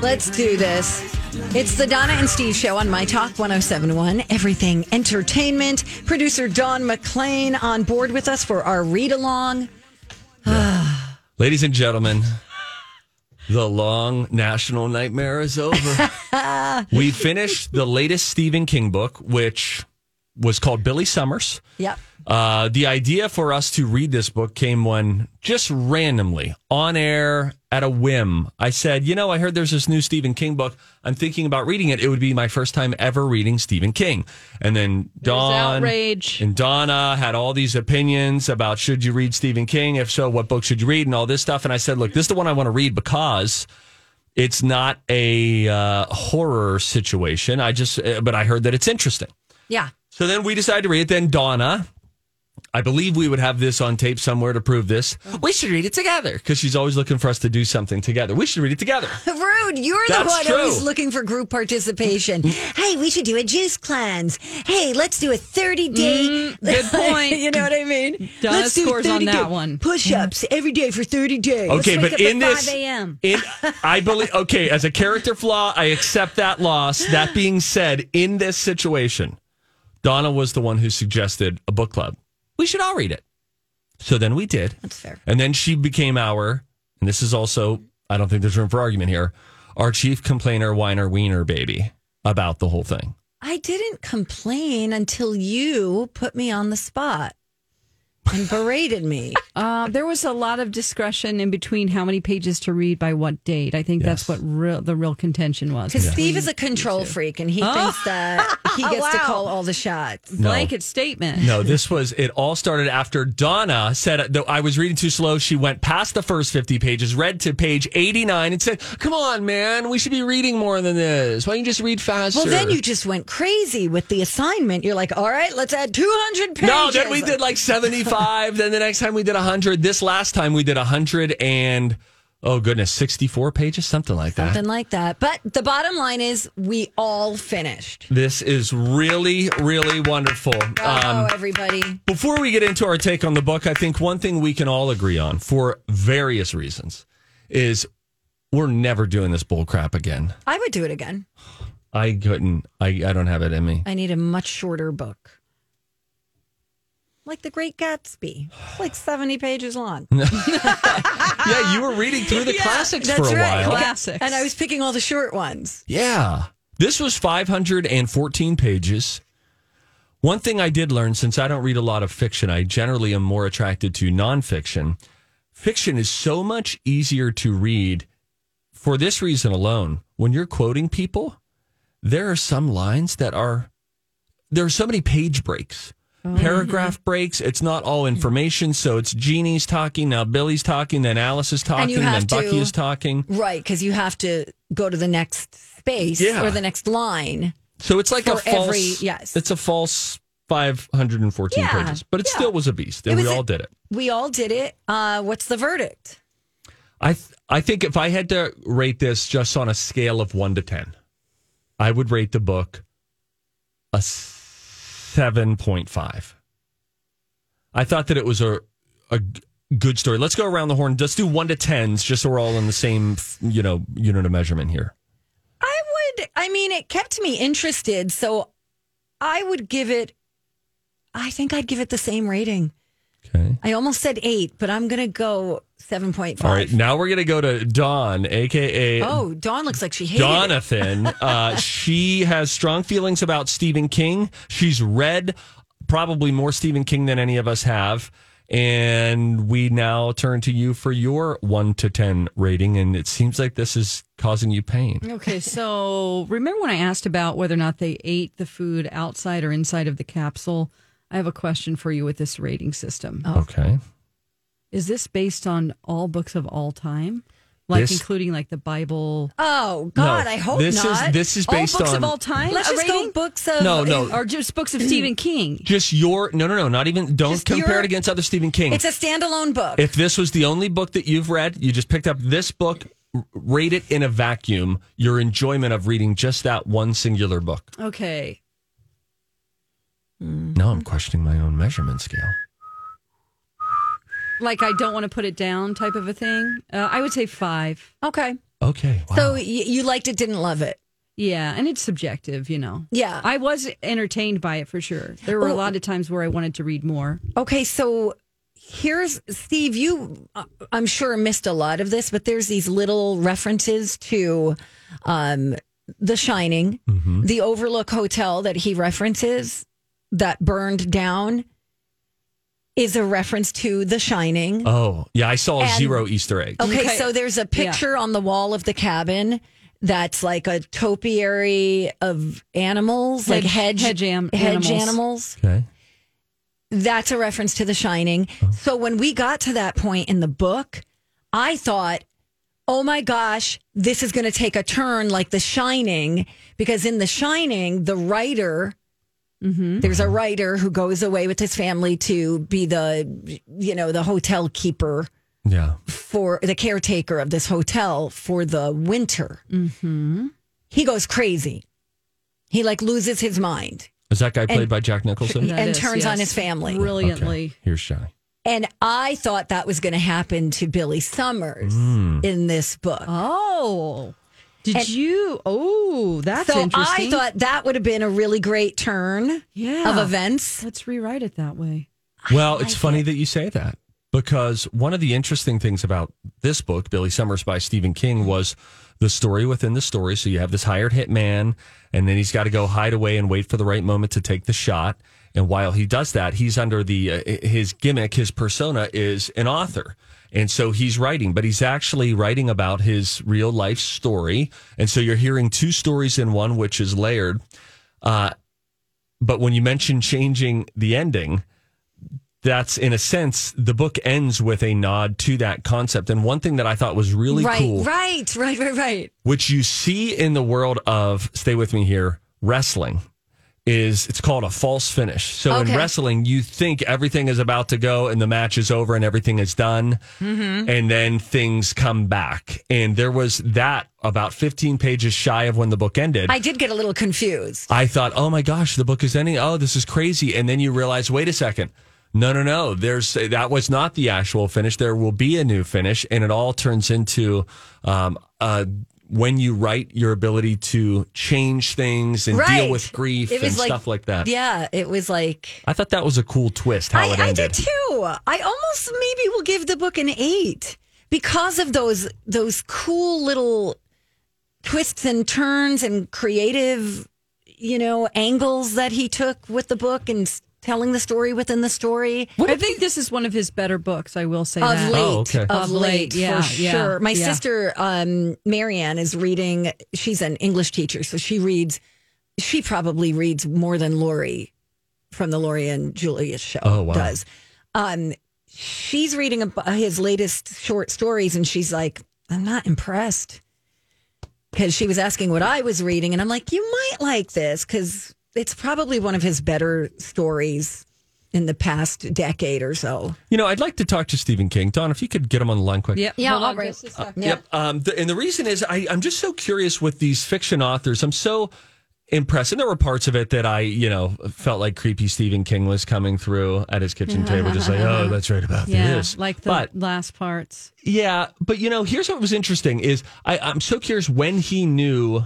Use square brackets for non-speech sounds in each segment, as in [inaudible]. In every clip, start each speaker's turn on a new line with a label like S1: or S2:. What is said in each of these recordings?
S1: Let's do this. It's the Donna and Steve show on My Talk 1071, Everything Entertainment. Producer Don McLean on board with us for our read along.
S2: Ladies and gentlemen, the long national nightmare is over. we finished the latest Stephen King book, which was called Billy Summers.
S1: Yep.
S2: Uh, the idea for us to read this book came when just randomly on air at a whim. I said, You know, I heard there's this new Stephen King book. I'm thinking about reading it. It would be my first time ever reading Stephen King. And then Dawn
S3: outrage.
S2: and Donna had all these opinions about should you read Stephen King? If so, what book should you read? And all this stuff. And I said, Look, this is the one I want to read because it's not a uh, horror situation. I just, uh, but I heard that it's interesting.
S1: Yeah.
S2: So then we decided to read it. Then Donna, I believe we would have this on tape somewhere to prove this. We should read it together because she's always looking for us to do something together. We should read it together.
S1: Rude, you're the
S2: That's
S1: one
S2: true.
S1: always looking for group participation. hey, we should do a juice cleanse. Hey, let's do a 30 day.
S3: [laughs] good
S1: [laughs]
S3: point.
S1: you know what I mean?
S3: Donna scores on
S1: 30
S3: that
S1: day
S3: one.
S1: Push ups every day for 30 days.
S2: Okay,
S3: wake
S2: but
S3: up
S2: in
S3: at
S2: this,
S3: 5 a.m..
S2: in, I believe. Okay, as a character flaw, I accept that loss. That being said, in this situation, Donna was the one who suggested a book club. We should all read it. So then we did. That's
S1: fair.
S2: And then she became our, and this is also, I don't think there's room for argument here, our chief complainer, whiner, wiener baby about the whole thing.
S1: I didn't complain until you put me on the spot and berated
S2: [laughs]
S1: me.
S3: Uh, there was a lot of discretion in between how many pages to read by what date. I think that's what real, the real contention was.
S1: Because Steve is a control freak and he
S2: [laughs]
S1: thinks that he gets to
S3: Wow.
S1: call all the shots.
S2: No.
S3: Blanket statement.
S2: No, this was it all started after Donna said though I was reading too slow. She went past the first 50 pages, read to page 89 and said, "Come on, man, we should be reading more than this. Why don't you just read faster?"
S1: Well, then you just went crazy with the assignment. You're like, all right, let's add 200 pages.
S2: No, then we did like 75, then the next time we did 100. This last time we did 100 and oh goodness, 64 pages, something like that.
S1: Something like that. But the bottom line is we all finished.
S2: This is really really wonderful. Um,
S1: Bravo, Oh, everybody.
S2: Before we get into our take on the book, I think one thing we can all agree on for various reasons is we're never doing this bull crap again.
S1: I would do it again.
S2: I couldn't. I, I don't have it
S1: [laughs]
S2: in me.
S1: I need a much shorter book. Like The Great Gatsby. It's like 70 pages long.
S2: yeah, you were reading through the classics for a while.
S3: Classics.
S1: And I was picking all the short ones.
S2: Yeah. This was 514 pages. One thing I did learn since I don't read a lot of fiction, I generally am more attracted to nonfiction. Fiction is so much easier to read for this reason alone. When you're quoting people, there are some lines that are, there are so many page breaks,
S1: Oh. Mm-hmm.
S2: paragraph breaks. It's not all information. So it's Jeannie's talking, now Billy's talking, then Alice is
S1: And you
S2: talking, then
S1: have to-
S2: Bucky is talking.
S1: Right, because you have to go to the next space
S2: Yeah.
S1: or the next line.
S2: So it's like a
S1: For
S2: false.
S1: every- yes.
S2: It's a false 514
S1: Yeah,
S2: pages, but it
S1: yeah.
S2: still was a beast, and
S1: It
S2: we
S1: was a-
S2: all did it.
S1: We all did it. Uh, what's the verdict?
S2: I th- I think if I had to rate this just on a scale of one to ten, I would rate the book a seven point five. I thought that it was a a g- good story. Let's go around the horn. Let's do one to tens, just so we're all in the same you know unit of measurement here.
S1: I would, I mean, it kept me interested. So I would give it, I think I'd give it the same rating.
S2: Okay.
S1: I almost said eight, but I'm going to go 7.5.
S2: All right. Now we're gonna go to Dawn, aka
S1: Oh, Dawn looks like she hated it.
S2: Jonathan, uh, she has strong feelings about Stephen King. She's read probably more Stephen King than any of us have. And we now turn to you for your one to 10 rating. And it seems like this is causing you pain. [laughs]
S3: Okay, so remember when I asked about whether or not they ate the food outside or inside of the capsule? I have a question for you with this rating system.
S2: Okay.
S3: Is this based on all books of all time? Like
S2: This-
S3: including like the Bible?
S1: Oh, God, I hope
S2: this is-
S1: not.
S2: this is
S3: all
S2: based
S3: books
S2: on-
S3: of all time?
S1: Let's
S3: A
S1: just
S3: rating?
S1: go books of.
S2: No, no.
S3: Or just books of
S2: [clears throat]
S3: Stephen King?
S2: Just your, no, no, no, not even, don't
S1: Just
S2: compare
S1: your-
S2: it against other Stephen King.
S1: It's a standalone book.
S2: if this was the only book that you've read, you just picked up this book, r- rate it in a vacuum, your enjoyment of reading just that one singular book.
S3: Okay.
S2: Now I'm questioning my own measurement scale.
S3: Like I don't want to put it down type of a thing? Uh, I would say five.
S1: okay.
S2: Okay. Wow.
S1: So y- you liked it, didn't love it.
S3: Yeah, and it's subjective, you know.
S1: Yeah.
S3: I was entertained by it for sure. There were a
S1: Oh.
S3: lot of times where I wanted to read more.
S1: Okay, so here's Steve. You, uh, I'm sure, missed a lot of this, but there's these little references to um, The Shining, the Overlook Hotel that he references that burned down is a reference to The Shining.
S2: oh, yeah. I saw
S1: And-
S2: zero Easter eggs.
S1: Okay,
S3: Okay.
S1: so there's a picture on the wall of the cabin that's like a topiary of animals, like hedge
S3: Hedge- hedge am-
S1: hedge
S3: animals.
S1: animals.
S2: Okay.
S1: That's a reference to The Shining.
S3: Oh.
S1: So when we got to that point in the book, I thought, oh my gosh, this is going to take a turn like The Shining, because in The Shining, the writer.
S3: Mm-hmm.
S1: There's a writer who goes away with his family to be the, you know, the hotel keeper
S2: Yeah.
S1: for the caretaker of this hotel for the winter. Mm-hmm. He goes crazy. He like loses his mind
S2: Is that guy played by Jack Nicholson?
S3: That
S1: and
S3: is,
S1: turns on
S3: yes.
S1: his family.
S3: Brilliantly.
S2: Okay. Here's Shy.
S1: And I thought that was going to happen to Billy Summers
S2: Mm.
S1: in this book.
S3: Oh. Did you? Oh, that's
S1: so
S3: interesting.
S1: I thought that would have been a really great turn
S3: yeah.
S1: of events.
S3: Let's rewrite it that way.
S2: Well, it's funny that you say that because one of the interesting things about this book, Billy Summers by Stephen King, was the story within the story. So you have this hired hitman, and then he's got to go hide away and wait for the right moment to take the shot. And while he does that, he's under the uh, his gimmick, his persona is an author. And so he's writing, but he's actually writing about his real life story. And so you're hearing two stories in one, which is layered. Uh, but when you mention changing the ending, that's in a sense the book ends with a nod to that concept. And one thing that I thought was really
S1: right,
S2: cool,
S1: right, right, right, right.
S2: which you see in the world of stay with me here wrestling, is it's called a false finish. So
S1: Okay.
S2: in wrestling, you think everything is about to go and the match is over and everything is done,
S1: Mm-hmm.
S2: and then things come back. And there was that about 15 pages shy of when the book ended.
S1: I did get a little confused.
S2: I thought, oh my gosh, the book is ending. Oh, this is crazy. And then you realize, wait a second. No, no, no. There's that was not the actual finish. There will be a new finish, and it all turns into um, uh, when you write your ability to change things and
S1: Right.
S2: deal with grief
S1: It
S2: and
S1: was like-
S2: stuff like that.
S1: Yeah, it was like
S2: I thought that was a cool twist how
S1: I,
S2: it
S1: I
S2: ended.
S1: did too. I almost maybe will give the book an eight because of those those cool little twists and turns and creative, you know, angles that he took with the book and s- telling the story within the story.
S3: I think this is one of his better books. I will say
S1: Of
S3: that.
S1: late,
S2: Oh, okay.
S1: of,
S3: Of
S1: late,
S3: late, yeah,
S1: for
S3: yeah,
S1: sure. My
S3: yeah.
S1: sister, um, Marianne, is reading. She's an English teacher, so she reads. She probably reads more than Lori from the Lori and Julia show
S2: Oh, wow.
S1: does. Um, she's reading ab- his latest short stories, and she's like, "I'm not impressed." Because she was asking what I was reading, and I'm like, "You might like this because it's probably one of his better stories." In the past decade or so.
S2: You know, I'd like to talk to Stephen King. Don, if you could get him on the line quick.
S3: Yep.
S1: Yeah,
S3: Hold
S1: I'll
S3: on
S1: bring-
S3: just a second.
S1: Yeah.
S2: Yep. Um, the, and the reason is I, I'm just so curious with these fiction authors. I'm so impressed. And there were parts of it that I, you know, felt like creepy Stephen King was coming through at his kitchen table, just like, oh, that's right about
S3: Yeah,
S2: this.
S3: like the
S2: but
S3: last parts.
S2: yeah, but you know, here's what was interesting is I, I'm so curious when he knew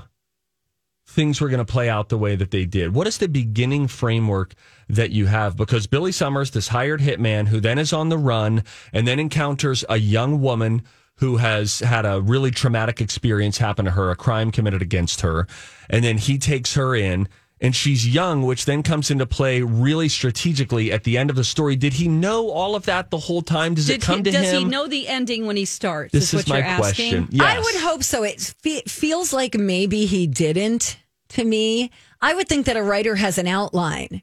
S2: things were going to play out the way that they did. What is the beginning framework that you have? Because Billy Summers, this hired hitman who then is on the run and then encounters a young woman who has had a really traumatic experience happen to her, a crime committed against her. And then he takes her in and she's young, which then comes into play really strategically at the end of the story. Did he know all of that the whole time? Does it
S3: Did
S2: come
S3: he,
S2: to
S3: does
S2: him?
S3: he know the ending when he starts?
S2: This
S3: what
S2: is my
S3: you're
S2: question.
S3: asking.
S2: Yes.
S1: I would hope so. It fe- feels like maybe he didn't to me. I would think that a writer has an outline,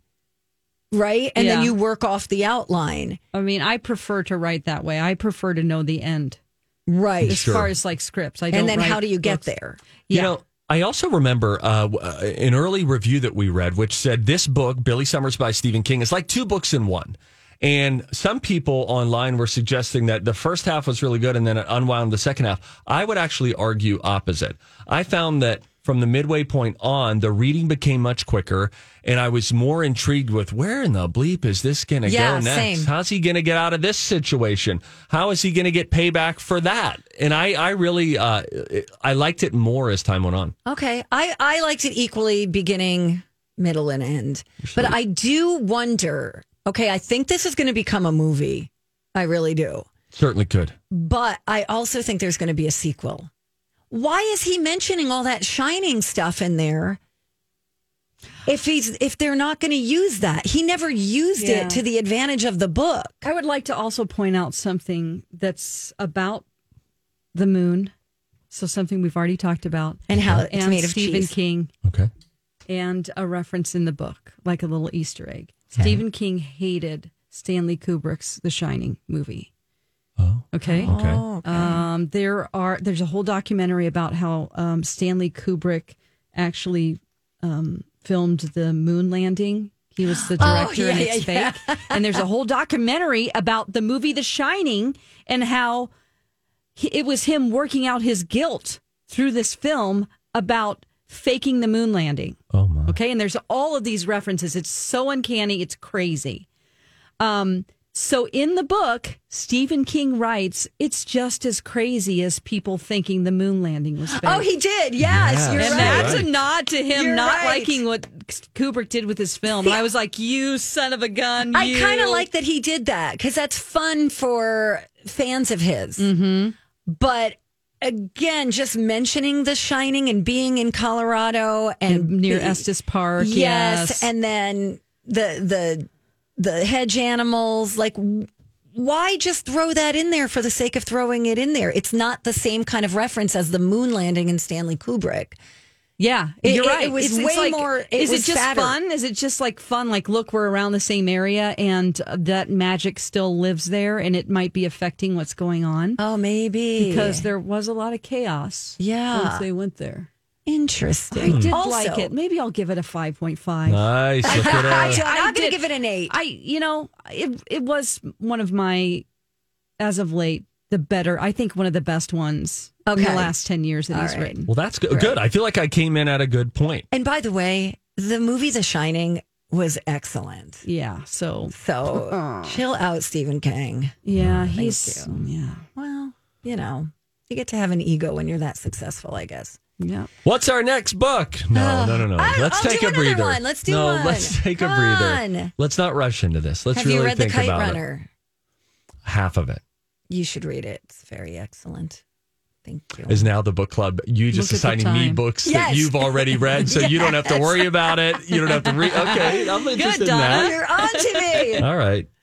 S1: right? And then
S3: Yeah.
S1: you work off the outline,
S3: I mean, I prefer to write that way. I prefer to know the end
S1: right?
S3: as far as like scripts. I don't.
S1: and then
S3: write
S1: how do you get
S3: books.
S1: there?
S2: You
S3: Yeah.
S2: know, I also remember uh, w- uh, an early review that we read, which said this book, Billy Summers by Stephen King, is like two books in one. And some people online were suggesting that the first half was really good and then it unwound the second half. I would actually argue opposite. I found that from the midway point on, the reading became much quicker, and I was more intrigued with where in the bleep is this going to
S1: Yeah,
S2: go next?
S1: same.
S2: How's he going to get out of this situation? How is he going to get payback for that? And I, I really, uh, I liked it more as time went on.
S1: Okay. I, I liked it equally beginning, middle, and end. But I do wonder okay, I think this is going to become a movie. I really do.
S2: Certainly could.
S1: But I also think there's going to be a sequel. Why is he mentioning all that shining stuff in there? If he's if they're not going to use that, he never used
S3: Yeah.
S1: it to the advantage of the book.
S3: I would like to also point out something that's about the moon. So something we've already talked about.
S1: And how it's
S3: and
S1: made of
S3: Stephen
S1: cheese.
S3: King
S2: Okay.
S3: and a reference in the book, like a little Easter egg. Stephen King hated Stanley Kubrick's The Shining movie.
S2: Oh.
S3: Okay.
S2: Okay.
S3: Um, there are there's a whole documentary about how um, Stanley Kubrick actually um, filmed the moon landing. He
S1: [gasps]
S3: was the director, and
S1: Oh, yeah,
S3: it's
S1: yeah,
S3: fake. and there's a whole documentary about the movie The Shining and how he, it was him working out his guilt through this film about faking the moon landing.
S2: Oh my.
S3: Okay, and there's all of these references. It's so uncanny, it's crazy. Um, so in the book, Stephen King writes, it's just as crazy as people thinking the moon landing was fake.
S1: Oh, he did. Yes,
S2: Yeah.
S1: you're
S3: and
S1: right.
S3: that's
S2: Right.
S3: a nod to him
S1: You're
S3: not
S1: right.
S3: liking what Kubrick did with his film. I was like, you son of a gun.
S1: I
S3: you."
S1: kind of like that he did that because that's fun for fans of his.
S3: Mm-hmm.
S1: But again, just mentioning The Shining and being in Colorado and,
S3: near
S1: be-
S3: Estes Park.
S1: yes,
S3: Yes,
S1: and then the the the hedge animals. Like, w- why just throw that in there for the sake of throwing it in there? It's not the same kind of reference as the moon landing in Stanley Kubrick.
S3: Yeah,
S1: It-
S3: you're
S1: it-
S3: right.
S1: it was way more- it
S3: is
S1: was
S3: it just
S1: fatter.
S3: fun? Is it just like fun? Like, look, we're around the same area, and uh, that magic still lives there, and it might be affecting what's going on
S1: Oh, maybe
S3: because there was a lot of chaos.
S1: Yeah.
S3: once they went there,
S1: interesting.
S3: I did
S1: Also-
S3: like it. Maybe I'll give it a five point five.
S2: Nice. Look at
S1: I, [laughs]
S2: that.
S1: am not going to
S3: did-
S1: give it an eight.
S3: I, you know, it it was one of my, as of late, the better. I think one of the best ones in
S1: Okay.
S3: the last ten years that
S1: All
S3: he's
S1: right.
S3: written.
S2: Well, that's good. Good. I feel like I came in at a good point.
S1: And by the way, the movie The Shining was excellent.
S3: Yeah. So
S1: So chill out, Stephen King.
S3: yeah, he's yeah
S1: Well, you know, you get to have an ego when you're that successful, I guess.
S3: yeah.
S2: What's our next book? No, no, no, no.
S1: I'll-
S2: let's
S1: Uh, I'll
S2: take
S1: do
S2: a
S1: another
S2: breather.
S1: one. Let's do
S2: no,
S1: one.
S2: let's take a
S1: Come
S2: breather.
S1: on.
S2: Let's not rush into this. Let's
S1: have
S2: really
S1: you read The
S2: think
S1: Kite
S2: about
S1: Runner?
S2: it. Half of it
S1: You should read it. It's very excellent. Thank you.
S2: is now the book club. You just
S3: Look at the
S2: assigning me
S3: time.
S2: books that
S1: Yes.
S2: you've already read, so you
S3: [laughs]
S2: don't have to worry about it. You don't have to read. Okay, I'm interested in that. [laughs]
S1: You're Oh, on to me.
S2: All right.